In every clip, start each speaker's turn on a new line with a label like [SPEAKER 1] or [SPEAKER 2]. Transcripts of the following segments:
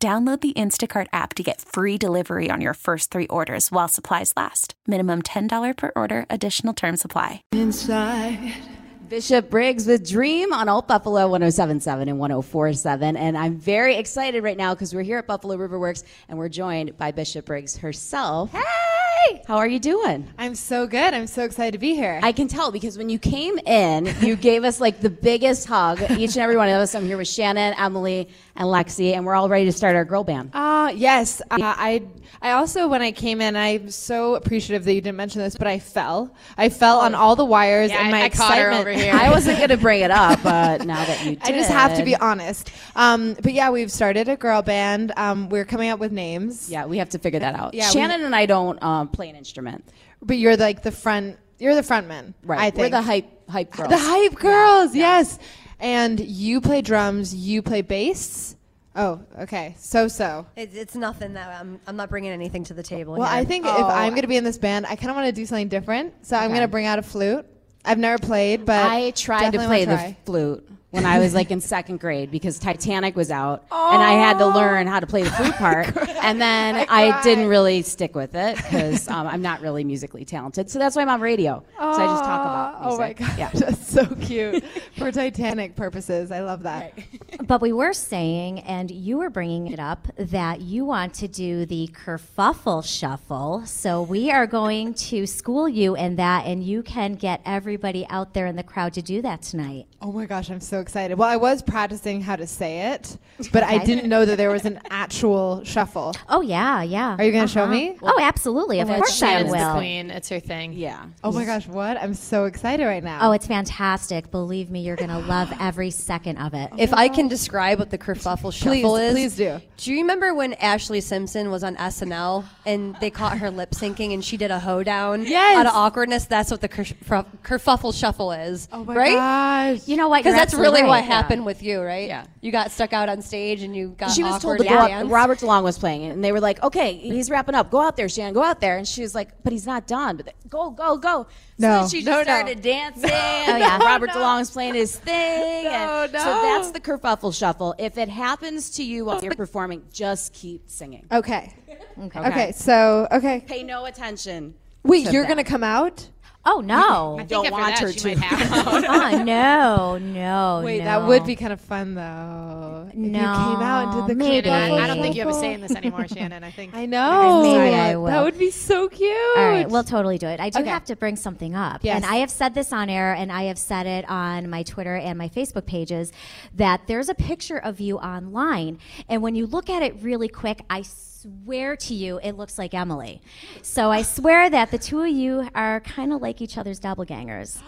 [SPEAKER 1] Download the Instacart app to get free delivery on your first three orders while supplies last. Minimum $10 per order, additional term supply.
[SPEAKER 2] Inside.
[SPEAKER 3] Bishop Briggs with Dream on Old Buffalo 1077 and 1047. And I'm very excited right now because we're here at Buffalo Riverworks and we're joined by Bishop Briggs herself.
[SPEAKER 2] Hey!
[SPEAKER 3] How are you doing?
[SPEAKER 2] I'm so good. I'm so excited to be here.
[SPEAKER 3] I can tell because when you came in, you gave us like the biggest hug. Each and every one of us. I'm here with Shannon, Emily, and Lexi, and we're all ready to start our girl band.
[SPEAKER 2] Uh, yes. Uh, I I also when I came in, I'm so appreciative that you didn't mention this, but I fell. I fell on all the wires and my
[SPEAKER 4] I caught her
[SPEAKER 2] excitement.
[SPEAKER 4] over here.
[SPEAKER 3] I wasn't going to bring it up, but now that you did.
[SPEAKER 2] I just have to be honest. Um, but yeah, we've started a girl band. Um, we're coming up with names.
[SPEAKER 3] Yeah, we have to figure that out.
[SPEAKER 2] Yeah, we-
[SPEAKER 3] Shannon and I don't um, play an instrument.
[SPEAKER 2] But you're like the front. You're the front man.
[SPEAKER 3] Right.
[SPEAKER 2] I think.
[SPEAKER 3] We're the hype hype girls.
[SPEAKER 2] The hype girls. Yes. And you play drums. You play bass. Oh, okay. So so.
[SPEAKER 5] It's, it's nothing that I'm, I'm not bringing anything to the table.
[SPEAKER 2] Well,
[SPEAKER 5] here.
[SPEAKER 2] I think
[SPEAKER 3] Oh.
[SPEAKER 2] if I'm going to be in this band, I kind of want to do something different. So I'm going to bring out a flute. I've never played, but
[SPEAKER 3] I tried to
[SPEAKER 2] definitely
[SPEAKER 3] play
[SPEAKER 2] wanna
[SPEAKER 3] the flute when I was like in second grade because Titanic was out and I had to
[SPEAKER 2] Oh.
[SPEAKER 3] learn how to play the flute part. and then I, didn't really stick with it because um, I'm not really musically talented. So that's why I'm on radio. so I just talk about
[SPEAKER 2] Oh my
[SPEAKER 3] music.
[SPEAKER 2] gosh,
[SPEAKER 3] Yeah.
[SPEAKER 2] that's so cute for Titanic purposes. I love that.
[SPEAKER 6] But we were saying, and you were bringing it up, that you want to do the kerfuffle shuffle. So we are going to school you in that, and you can get everybody out there in the crowd to do that tonight.
[SPEAKER 2] Oh my gosh, I'm so excited. Well, I was practicing how to say it, but I didn't know that there was an actual shuffle.
[SPEAKER 6] Oh, yeah, yeah.
[SPEAKER 2] Are you going to show me?
[SPEAKER 6] Oh, absolutely. Of course I
[SPEAKER 4] Shannon's the
[SPEAKER 6] will.
[SPEAKER 4] queen. It's her thing.
[SPEAKER 3] Yeah.
[SPEAKER 2] Oh my gosh, what? I'm so excited right now.
[SPEAKER 6] Oh, it's fantastic. Believe me, you're going to love every second of it.
[SPEAKER 5] if I can describe what the kerfuffle shuffle is,
[SPEAKER 2] please do.
[SPEAKER 5] Do you remember when Ashley Simpson was on SNL and they caught her lip syncing and she did a hoedown
[SPEAKER 2] Yes.
[SPEAKER 5] out of awkwardness? That's what the kerf- kerfuffle shuffle is,
[SPEAKER 2] Oh my
[SPEAKER 5] right?
[SPEAKER 2] gosh.
[SPEAKER 6] You know what?
[SPEAKER 5] Because
[SPEAKER 6] You're
[SPEAKER 5] that's
[SPEAKER 6] absolutely
[SPEAKER 5] really what
[SPEAKER 6] right.
[SPEAKER 5] happened with you, right?
[SPEAKER 3] Yeah.
[SPEAKER 5] You got stuck out on stage and you got
[SPEAKER 3] She was told
[SPEAKER 5] awkward
[SPEAKER 3] to
[SPEAKER 5] and
[SPEAKER 3] go up.
[SPEAKER 5] dance.
[SPEAKER 3] Robert DeLong was playing it, and they were like, "Okay, he's wrapping up. Go out there, Shannon. Go out there." And she was like, "But he's not done. But the- go, go, go!" So
[SPEAKER 2] No.
[SPEAKER 3] then she just
[SPEAKER 2] No, no.
[SPEAKER 3] started dancing. Oh,
[SPEAKER 6] yeah.
[SPEAKER 3] Robert DeLong's playing his thing. and
[SPEAKER 2] No,
[SPEAKER 3] So
[SPEAKER 2] no.
[SPEAKER 3] that's the kerfuffle shuffle. If it happens to you while you're performing, just keep singing.
[SPEAKER 2] Okay.
[SPEAKER 6] Okay.
[SPEAKER 2] Okay, so, okay.
[SPEAKER 3] Pay no attention.
[SPEAKER 2] Wait, you're
[SPEAKER 3] that.
[SPEAKER 2] going to come out?
[SPEAKER 6] Oh, no.
[SPEAKER 4] I think
[SPEAKER 3] Don't
[SPEAKER 4] after
[SPEAKER 3] want
[SPEAKER 4] that,
[SPEAKER 3] her
[SPEAKER 4] she
[SPEAKER 3] to.
[SPEAKER 4] might have one.
[SPEAKER 6] Oh, no, no.
[SPEAKER 2] Wait,
[SPEAKER 6] no.
[SPEAKER 2] that would be kind of fun though. If you came out and did the
[SPEAKER 6] No,
[SPEAKER 2] kerfuffle
[SPEAKER 6] maybe.
[SPEAKER 4] I don't think you have a
[SPEAKER 2] shuffle.
[SPEAKER 4] say in this anymore, Shannon. I think.
[SPEAKER 2] I know.
[SPEAKER 6] Maybe I will.
[SPEAKER 2] That would be so cute.
[SPEAKER 6] All right, we'll totally do it. I do
[SPEAKER 2] Okay.
[SPEAKER 6] have to bring something up.
[SPEAKER 2] Yes.
[SPEAKER 6] And I have said this on air and I have said it on my Twitter and my Facebook pages that there's a picture of you online. And when you look at it really quick, I swear to you, it looks like Emily. So I swear that the two of you are kind of like each other's doppelgangers.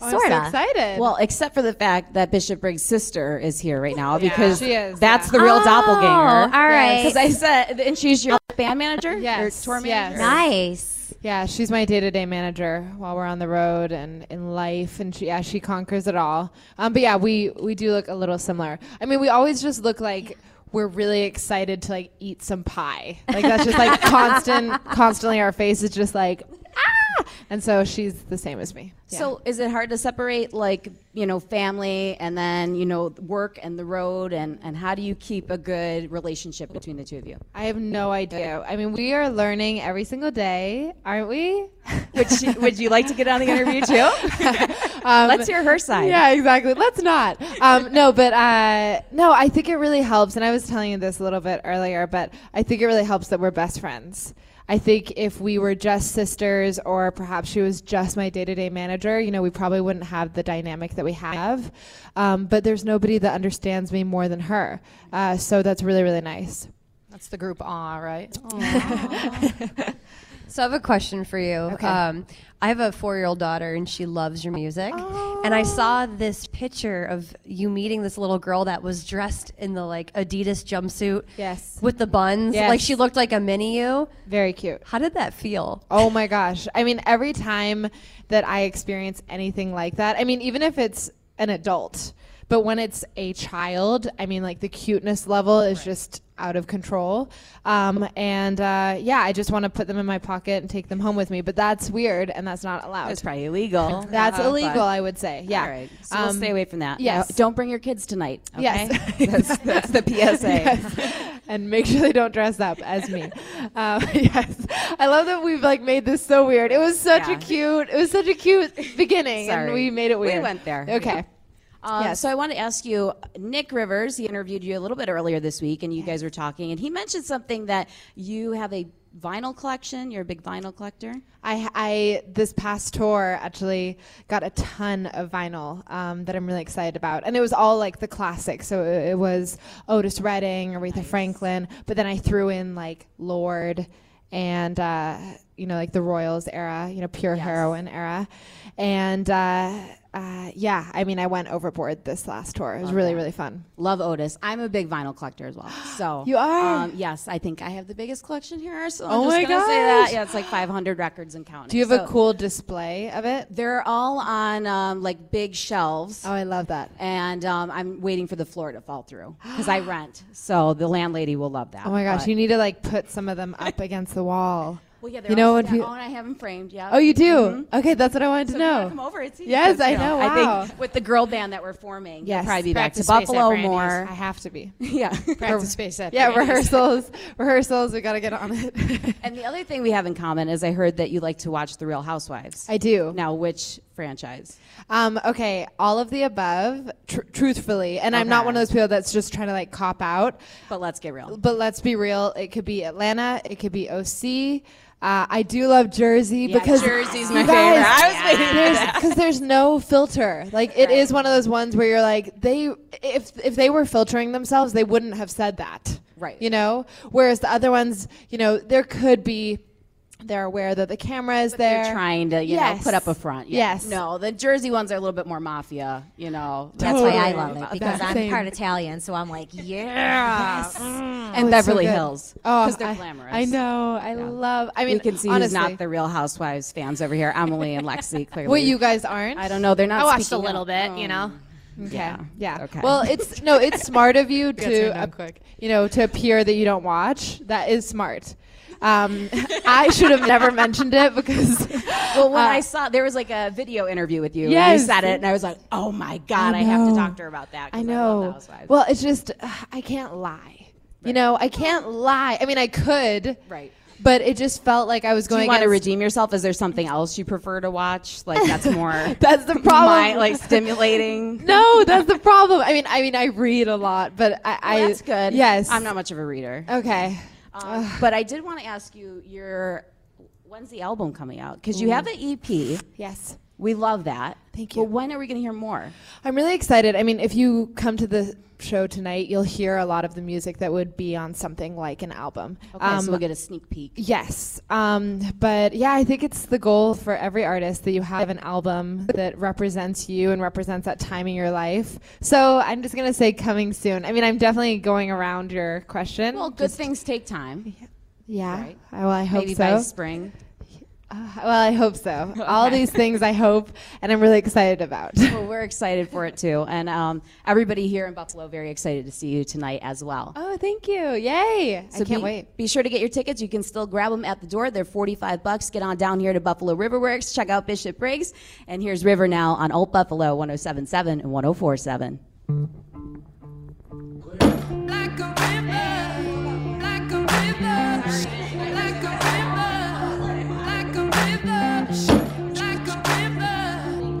[SPEAKER 2] Oh,
[SPEAKER 6] sort
[SPEAKER 2] I'm
[SPEAKER 6] of.
[SPEAKER 2] so excited.
[SPEAKER 3] Well, except for the fact that Bishop Briggs' sister is here right now because
[SPEAKER 2] She is,
[SPEAKER 3] that's
[SPEAKER 2] yeah.
[SPEAKER 3] the real
[SPEAKER 6] Oh,
[SPEAKER 3] doppelganger.
[SPEAKER 6] all right.
[SPEAKER 3] Because I said, and she's your band manager.
[SPEAKER 2] Yes,
[SPEAKER 3] Your tour
[SPEAKER 2] yes.
[SPEAKER 3] manager.
[SPEAKER 6] Nice.
[SPEAKER 2] yeah, she's my day-to-day manager while we're on the road and in life, and she yeah she conquers it all. Um, but yeah, we we do look a little similar. I mean, we always just look like. We're really excited to like eat some pie. Like that's just like constant, constantly. Our face is just like ah, and so she's the same as me. Yeah.
[SPEAKER 3] So is it hard to separate like, you know, family and then, you know, work and the road and, and how do you keep a good relationship between the two of you?
[SPEAKER 2] I have no idea. I mean, we are learning every single day, aren't we?
[SPEAKER 3] Would she, would you like to get on the interview too? Um, Let's hear her side.
[SPEAKER 2] Yeah, exactly. Let's not. Um, no, but uh, no, I think it really helps. And I was telling you this a little bit earlier, but I think it really helps that we're best friends. I think if we were just sisters, or perhaps she was just my day to day manager, you know, we probably wouldn't have the dynamic that we have. Um, but there's nobody that understands me more than her. Uh, so that's really, really nice.
[SPEAKER 4] That's the group. Aw, right?
[SPEAKER 5] So I have a question for you.
[SPEAKER 2] Okay.
[SPEAKER 5] Um, I have a four-year-old daughter, and she loves your music. And I
[SPEAKER 2] Oh.
[SPEAKER 5] saw this picture of you meeting this little girl that was dressed in the like Adidas jumpsuit.
[SPEAKER 2] Yes.
[SPEAKER 5] With the buns,
[SPEAKER 2] Yes.
[SPEAKER 5] like she looked like a mini you.
[SPEAKER 2] Very cute.
[SPEAKER 5] How did that feel?
[SPEAKER 2] Oh my gosh. I mean, every time that I experience anything like that, I mean, even if it's an adult, but when it's a child, I mean, like the cuteness level is just out of control. Um, and uh, yeah, I just want to put them in my pocket and take them home with me. But that's weird and that's not allowed.
[SPEAKER 3] It's probably illegal.
[SPEAKER 2] That's
[SPEAKER 3] Uh, but-
[SPEAKER 2] illegal, I would say. Yeah.
[SPEAKER 3] All right. So we'll
[SPEAKER 2] Um,
[SPEAKER 3] stay away from that.
[SPEAKER 2] yes.
[SPEAKER 3] No, don't bring your kids tonight. Okay?
[SPEAKER 2] Yes.
[SPEAKER 3] that's, that's the PSA.
[SPEAKER 2] Yes. And make sure they don't dress up as me. Um, yes, I love that we've like made this so weird. It was such a
[SPEAKER 3] Yeah.
[SPEAKER 2] cute. It was such a cute beginning, and
[SPEAKER 3] Sorry.
[SPEAKER 2] we made it
[SPEAKER 3] We
[SPEAKER 2] weird.
[SPEAKER 3] went there.
[SPEAKER 2] Okay.
[SPEAKER 3] Um,
[SPEAKER 2] Yes.
[SPEAKER 3] So I want to ask you, Nick Rivers. He interviewed you a little bit earlier this week, and you guys were talking, and he mentioned something that you have a vinyl collection. You're a big vinyl collector.
[SPEAKER 2] I, I this past tour actually got a ton of vinyl um, that I'm really excited about, and it was all like the classics. So it, it was Otis Redding, Aretha Franklin, but then I threw in like Lord and uh, you know like the Royals era, you know pure heroin era, and uh, uh, yeah, I mean I went overboard this last tour. It was really really fun.
[SPEAKER 3] Love Otis. I'm a big vinyl collector as well. So
[SPEAKER 2] You are?
[SPEAKER 3] Um, yes, I think I have the biggest collection here. So I'm
[SPEAKER 2] Oh
[SPEAKER 3] just
[SPEAKER 2] my
[SPEAKER 3] gonna say that.
[SPEAKER 2] gosh.
[SPEAKER 3] Yeah, it's like 500 records and counting.
[SPEAKER 2] Do you have a
[SPEAKER 3] So
[SPEAKER 2] cool display of it?
[SPEAKER 3] They're all on um, like big shelves.
[SPEAKER 2] Oh, I love that.
[SPEAKER 3] and um, I'm waiting for the floor to fall through because I rent. So the landlady will love that.
[SPEAKER 2] Oh my gosh,
[SPEAKER 3] But-
[SPEAKER 2] you need to like put some of them up against the wall.
[SPEAKER 3] well, yeah, they're
[SPEAKER 2] you know
[SPEAKER 3] all
[SPEAKER 2] when
[SPEAKER 3] set
[SPEAKER 2] peo-
[SPEAKER 3] out, and I have them framed. Yeah.
[SPEAKER 2] Oh, you do? Okay, that's what I wanted to
[SPEAKER 3] Mm-hmm. So if you wanna Come
[SPEAKER 2] know.
[SPEAKER 3] over. It's easy.
[SPEAKER 2] Yes, I
[SPEAKER 3] You
[SPEAKER 2] know,
[SPEAKER 3] I
[SPEAKER 2] wow.
[SPEAKER 3] think with the girl band that we're forming,
[SPEAKER 2] Yes.
[SPEAKER 3] yes, probably be back to
[SPEAKER 4] Practice space at
[SPEAKER 3] Buffalo
[SPEAKER 4] Brandy's.
[SPEAKER 2] I
[SPEAKER 3] more.
[SPEAKER 2] have to be.
[SPEAKER 3] Yeah.
[SPEAKER 4] Practice space at
[SPEAKER 2] Yeah,
[SPEAKER 4] Brandy's.
[SPEAKER 2] rehearsals, rehearsals. We got to get on it.
[SPEAKER 3] and the other thing we have in common is I heard that you like to watch The Real Housewives.
[SPEAKER 2] I do.
[SPEAKER 3] Now, which franchise?
[SPEAKER 2] Um, okay, all of the above, tr- truthfully, and I'm not
[SPEAKER 3] Okay.
[SPEAKER 2] one of those people that's just trying to like cop out.
[SPEAKER 3] But let's get real.
[SPEAKER 2] But let's be real. It could be Atlanta. It could be OC. Uh, I do love Jersey because
[SPEAKER 3] Jersey's
[SPEAKER 2] You
[SPEAKER 3] my
[SPEAKER 2] guys,
[SPEAKER 3] favorite. I was waiting for
[SPEAKER 2] because there's no filter. Like it is one of those ones where you're like they if if they were filtering themselves, they wouldn't have said that.
[SPEAKER 3] Right.
[SPEAKER 2] You know. Whereas the other ones, you know, there could be they're aware that the camera is there.
[SPEAKER 3] They're trying to, you
[SPEAKER 2] Yes.
[SPEAKER 3] know, put up a front. Yeah.
[SPEAKER 2] Yes.
[SPEAKER 3] No, the Jersey ones are a little bit more mafia. You know,
[SPEAKER 6] That's why
[SPEAKER 2] Totally.
[SPEAKER 6] I love it because
[SPEAKER 2] That
[SPEAKER 6] I'm
[SPEAKER 2] same.
[SPEAKER 6] part Italian, so I'm like, yeah.
[SPEAKER 2] Oh,
[SPEAKER 3] and
[SPEAKER 2] It's so
[SPEAKER 3] Beverly
[SPEAKER 2] good.
[SPEAKER 3] Hills
[SPEAKER 2] Oh,
[SPEAKER 3] because they're
[SPEAKER 2] I-
[SPEAKER 3] glamorous.
[SPEAKER 2] I know. I love. I mean,
[SPEAKER 3] we can see
[SPEAKER 2] honestly,
[SPEAKER 3] who's not the Real Housewives fans over here. Emily and Lexi, clearly.
[SPEAKER 2] What you guys aren't.
[SPEAKER 3] I don't know. They're not.
[SPEAKER 4] I watched a
[SPEAKER 3] speaking
[SPEAKER 4] little
[SPEAKER 3] up.
[SPEAKER 4] bit, you know.
[SPEAKER 2] Okay. Yeah.
[SPEAKER 3] Yeah.
[SPEAKER 2] Okay.
[SPEAKER 3] Okay.
[SPEAKER 2] Well, it's no, it's smart of you
[SPEAKER 4] Gets me
[SPEAKER 2] to,
[SPEAKER 4] down
[SPEAKER 2] uh,
[SPEAKER 4] quick.
[SPEAKER 2] you know, to appear that you don't watch. That is smart. Um, I should have never mentioned it because.
[SPEAKER 3] Well, when
[SPEAKER 2] Uh,
[SPEAKER 3] I saw there was like a video interview with you, and
[SPEAKER 2] Yes.
[SPEAKER 3] you said it, and I was like, "Oh my god, I, have
[SPEAKER 2] know.
[SPEAKER 3] to talk to her about that." 'cause
[SPEAKER 2] I
[SPEAKER 3] love The
[SPEAKER 2] know.
[SPEAKER 3] Housewives.
[SPEAKER 2] well, it's just uh, I can't lie. You know, I can't lie. I mean, I could.
[SPEAKER 3] Right.
[SPEAKER 2] But it just felt like I was
[SPEAKER 3] do
[SPEAKER 2] going.
[SPEAKER 3] you want to
[SPEAKER 2] against-
[SPEAKER 3] redeem yourself? Is there something else you prefer to watch? Like that's more.
[SPEAKER 2] That's the
[SPEAKER 3] my,
[SPEAKER 2] problem.
[SPEAKER 3] like stimulating.
[SPEAKER 2] no, that's the problem. I mean, I mean, I read a lot, but I. I
[SPEAKER 3] Well, that's good.
[SPEAKER 2] Yes.
[SPEAKER 3] I'm not much of a reader.
[SPEAKER 2] Okay.
[SPEAKER 3] Um, but I did want to ask you your when's the album coming out? Because you have an EP.
[SPEAKER 2] Yes.
[SPEAKER 3] We love that.
[SPEAKER 2] Thank you.
[SPEAKER 3] But when are we going to hear more?
[SPEAKER 2] I'm really excited. I mean, if you come to the show tonight, you'll hear a lot of the music that would be on something like an album. Um,
[SPEAKER 3] Okay, so we'll get a sneak peek.
[SPEAKER 2] Yes. Um, but yeah, I think it's the goal for every artist that you have an album that represents you and represents that time in your life. So I'm just going to say coming soon. I mean, I'm definitely going around your question.
[SPEAKER 3] Well, good
[SPEAKER 2] Just-
[SPEAKER 3] things take time.
[SPEAKER 2] Yeah.
[SPEAKER 3] right?
[SPEAKER 2] I- Well, I hope
[SPEAKER 3] Maybe
[SPEAKER 2] so.
[SPEAKER 3] by spring.
[SPEAKER 2] Uh, well, I hope so. All these things I hope and I'm really excited about.
[SPEAKER 3] Well, we're excited for it too, and um, everybody here in Buffalo very excited to see you tonight as well.
[SPEAKER 2] Oh, thank you. Yay. I can't
[SPEAKER 3] be,
[SPEAKER 2] wait.
[SPEAKER 3] Be sure to get your tickets. You can still grab them at the door. They're 45 bucks. Get on down here to Buffalo Riverworks. Check out Bishop Briggs. And here's River now on Old Buffalo 1077 and 1047.
[SPEAKER 7] Like a river, like a river, like a river, like a river, like a river.